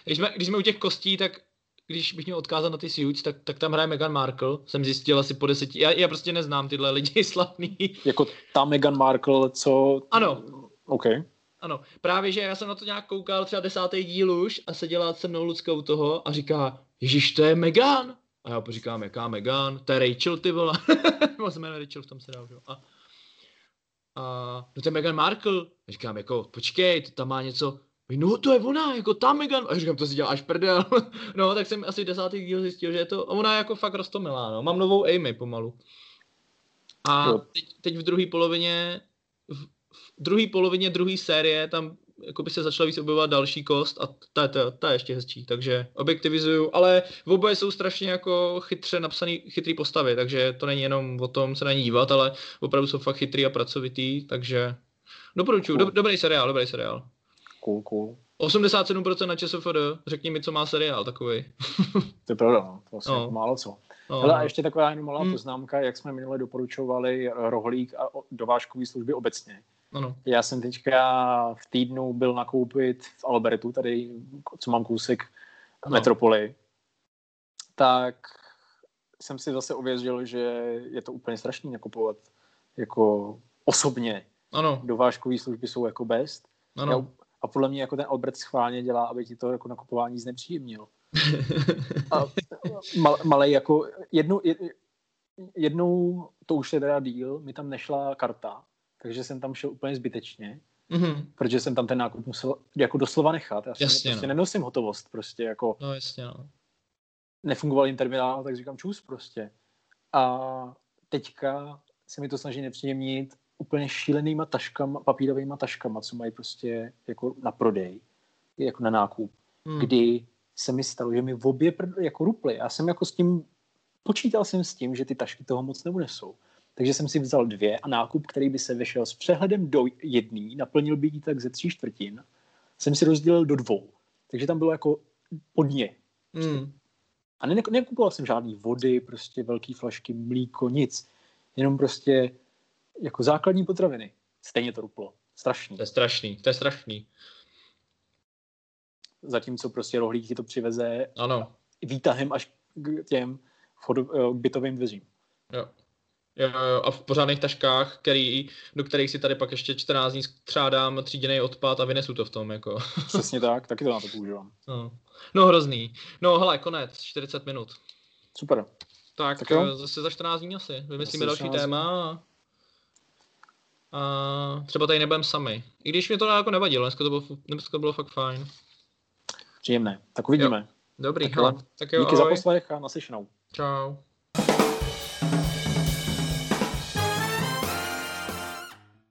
[SPEAKER 2] když, jsme, když jsme u těch kostí, tak když bych měl odkázat na ty Suits, tak, tak tam hraje Meghan Markle, jsem zjistil asi po deseti, já, já prostě neznám tyhle lidi slavný,
[SPEAKER 1] Jako ta Meghan Markle, co...
[SPEAKER 2] Ano.
[SPEAKER 1] OK.
[SPEAKER 2] Ano, právě že já jsem na to nějak koukal třeba desátý díl už a seděla se mnou Lucka u toho a říká, Ježíš, to je Megan. A já říkám, jaká Megan, to je Rachel, ty vole. Moc se jmenuje Rachel v tom seriálu, že jo. A, a no to je Megan Markle. A říkám, jako, počkej, to tam má něco, no to je ona, jako ta Megan. A já říkám, to si děláš prdel. no, tak jsem asi desátý díl zjistil, že je to, a ona je jako fakt rostomilá, no. Mám novou Amy pomalu. A
[SPEAKER 1] Jo.
[SPEAKER 2] teď, teď v druhé polovině druhé polovině druhé série tam jakoby se začala víc objevovat další kost a ta, ta, ta je ještě hezčí, takže objektivizuju, ale v oboje jsou strašně jako chytře napsaný, chytrý postavy, takže to není jenom o tom se na ní dívat, ale opravdu jsou fakt chytrý a pracovitý, takže doporučuju, do, dobrý seriál, dobrý seriál.
[SPEAKER 1] Cool, cool.
[SPEAKER 2] 87% na ČSFD, řekni mi, co má seriál takový.
[SPEAKER 1] To je pravda, no. to vlastně
[SPEAKER 2] No.
[SPEAKER 1] no. jako málo co.
[SPEAKER 2] No,
[SPEAKER 1] Hele, a ještě taková jenom malá
[SPEAKER 2] Hmm.
[SPEAKER 1] poznámka, jak jsme minule doporučovali rohlík a o- dovážkový služby obecně.
[SPEAKER 2] ano.
[SPEAKER 1] Já jsem teďka v týdnu byl nakoupit v Albertu, tady, co mám kousek
[SPEAKER 2] No.
[SPEAKER 1] no. metropoly, tak jsem si zase ověřil, že je to úplně strašný nakupovat jako osobně.
[SPEAKER 2] Ano,
[SPEAKER 1] Dovážkové služby jsou jako best. Já,
[SPEAKER 2] ano.
[SPEAKER 1] a podle mě jako ten Albert schválně dělá, aby ti to jako nakupování znepříjemnil. A mal, malej jako jednu, je- jednou, to už je teda díl, mi tam nešla karta, takže jsem tam šel úplně zbytečně,
[SPEAKER 2] Mhm.
[SPEAKER 1] protože jsem tam ten nákup musel jako doslova nechat. Já jsem
[SPEAKER 2] Jasně,
[SPEAKER 1] prostě
[SPEAKER 2] no.
[SPEAKER 1] nenosím hotovost, prostě jako
[SPEAKER 2] No jasně, no.
[SPEAKER 1] nefungoval jim terminál, tak říkám čus prostě. A teďka se mi to snaží nepříjemnit úplně šílenýma taškama, papírovými taškama, co mají prostě jako na prodej, jako na nákup,
[SPEAKER 2] Hmm.
[SPEAKER 1] kdy se mi stalo, že mi v obě pr- jako ruply. Já jsem jako s tím, počítal jsem s tím, že ty tašky toho moc neunesou. Takže jsem si vzal dvě a nákup, který by se vešel s přehledem do jedný, naplnil by ji tak ze tří čtvrtin, jsem si rozdělil do dvou. Takže tam bylo jako podně,
[SPEAKER 2] Hmm.
[SPEAKER 1] a ne, nekupoval jsem žádný vody, prostě velký flašky, mlíko, nic. Jenom prostě jako základní potraviny. Stejně to ruplo. Strašný.
[SPEAKER 2] To je strašný, to je strašný.
[SPEAKER 1] Zatímco prostě rohlík ti to přiveze
[SPEAKER 2] Ano,
[SPEAKER 1] výtahem až k těm vchodu, eh, k bytovým dveřím.
[SPEAKER 2] jo. Jo, jo, jo. A v pořádných taškách, který, do kterých si tady pak ještě 14 dní střádám tříděný odpad a vynesu to v tom, jako.
[SPEAKER 1] Přesně tak, taky to na to používám.
[SPEAKER 2] No, no hrozný. No hele, konec, 40 minut.
[SPEAKER 1] Super.
[SPEAKER 2] Tak,
[SPEAKER 1] Tak
[SPEAKER 2] tak
[SPEAKER 1] jo.
[SPEAKER 2] zase za 14 dní asi. Vymyslíme
[SPEAKER 1] za
[SPEAKER 2] další
[SPEAKER 1] 14 dní.
[SPEAKER 2] téma. a- A třeba tady nebudeme sami. I když mě to jako nevadilo, dneska to bylo, fu- dneska to bylo fakt fajn.
[SPEAKER 1] Příjemné. Tak uvidíme.
[SPEAKER 2] Dobrý,
[SPEAKER 1] Tak
[SPEAKER 2] tak
[SPEAKER 1] jo.
[SPEAKER 2] hele. Tak jo,
[SPEAKER 1] Díky
[SPEAKER 2] ahoj.
[SPEAKER 1] za poslech a naslyšenou.
[SPEAKER 2] Čau.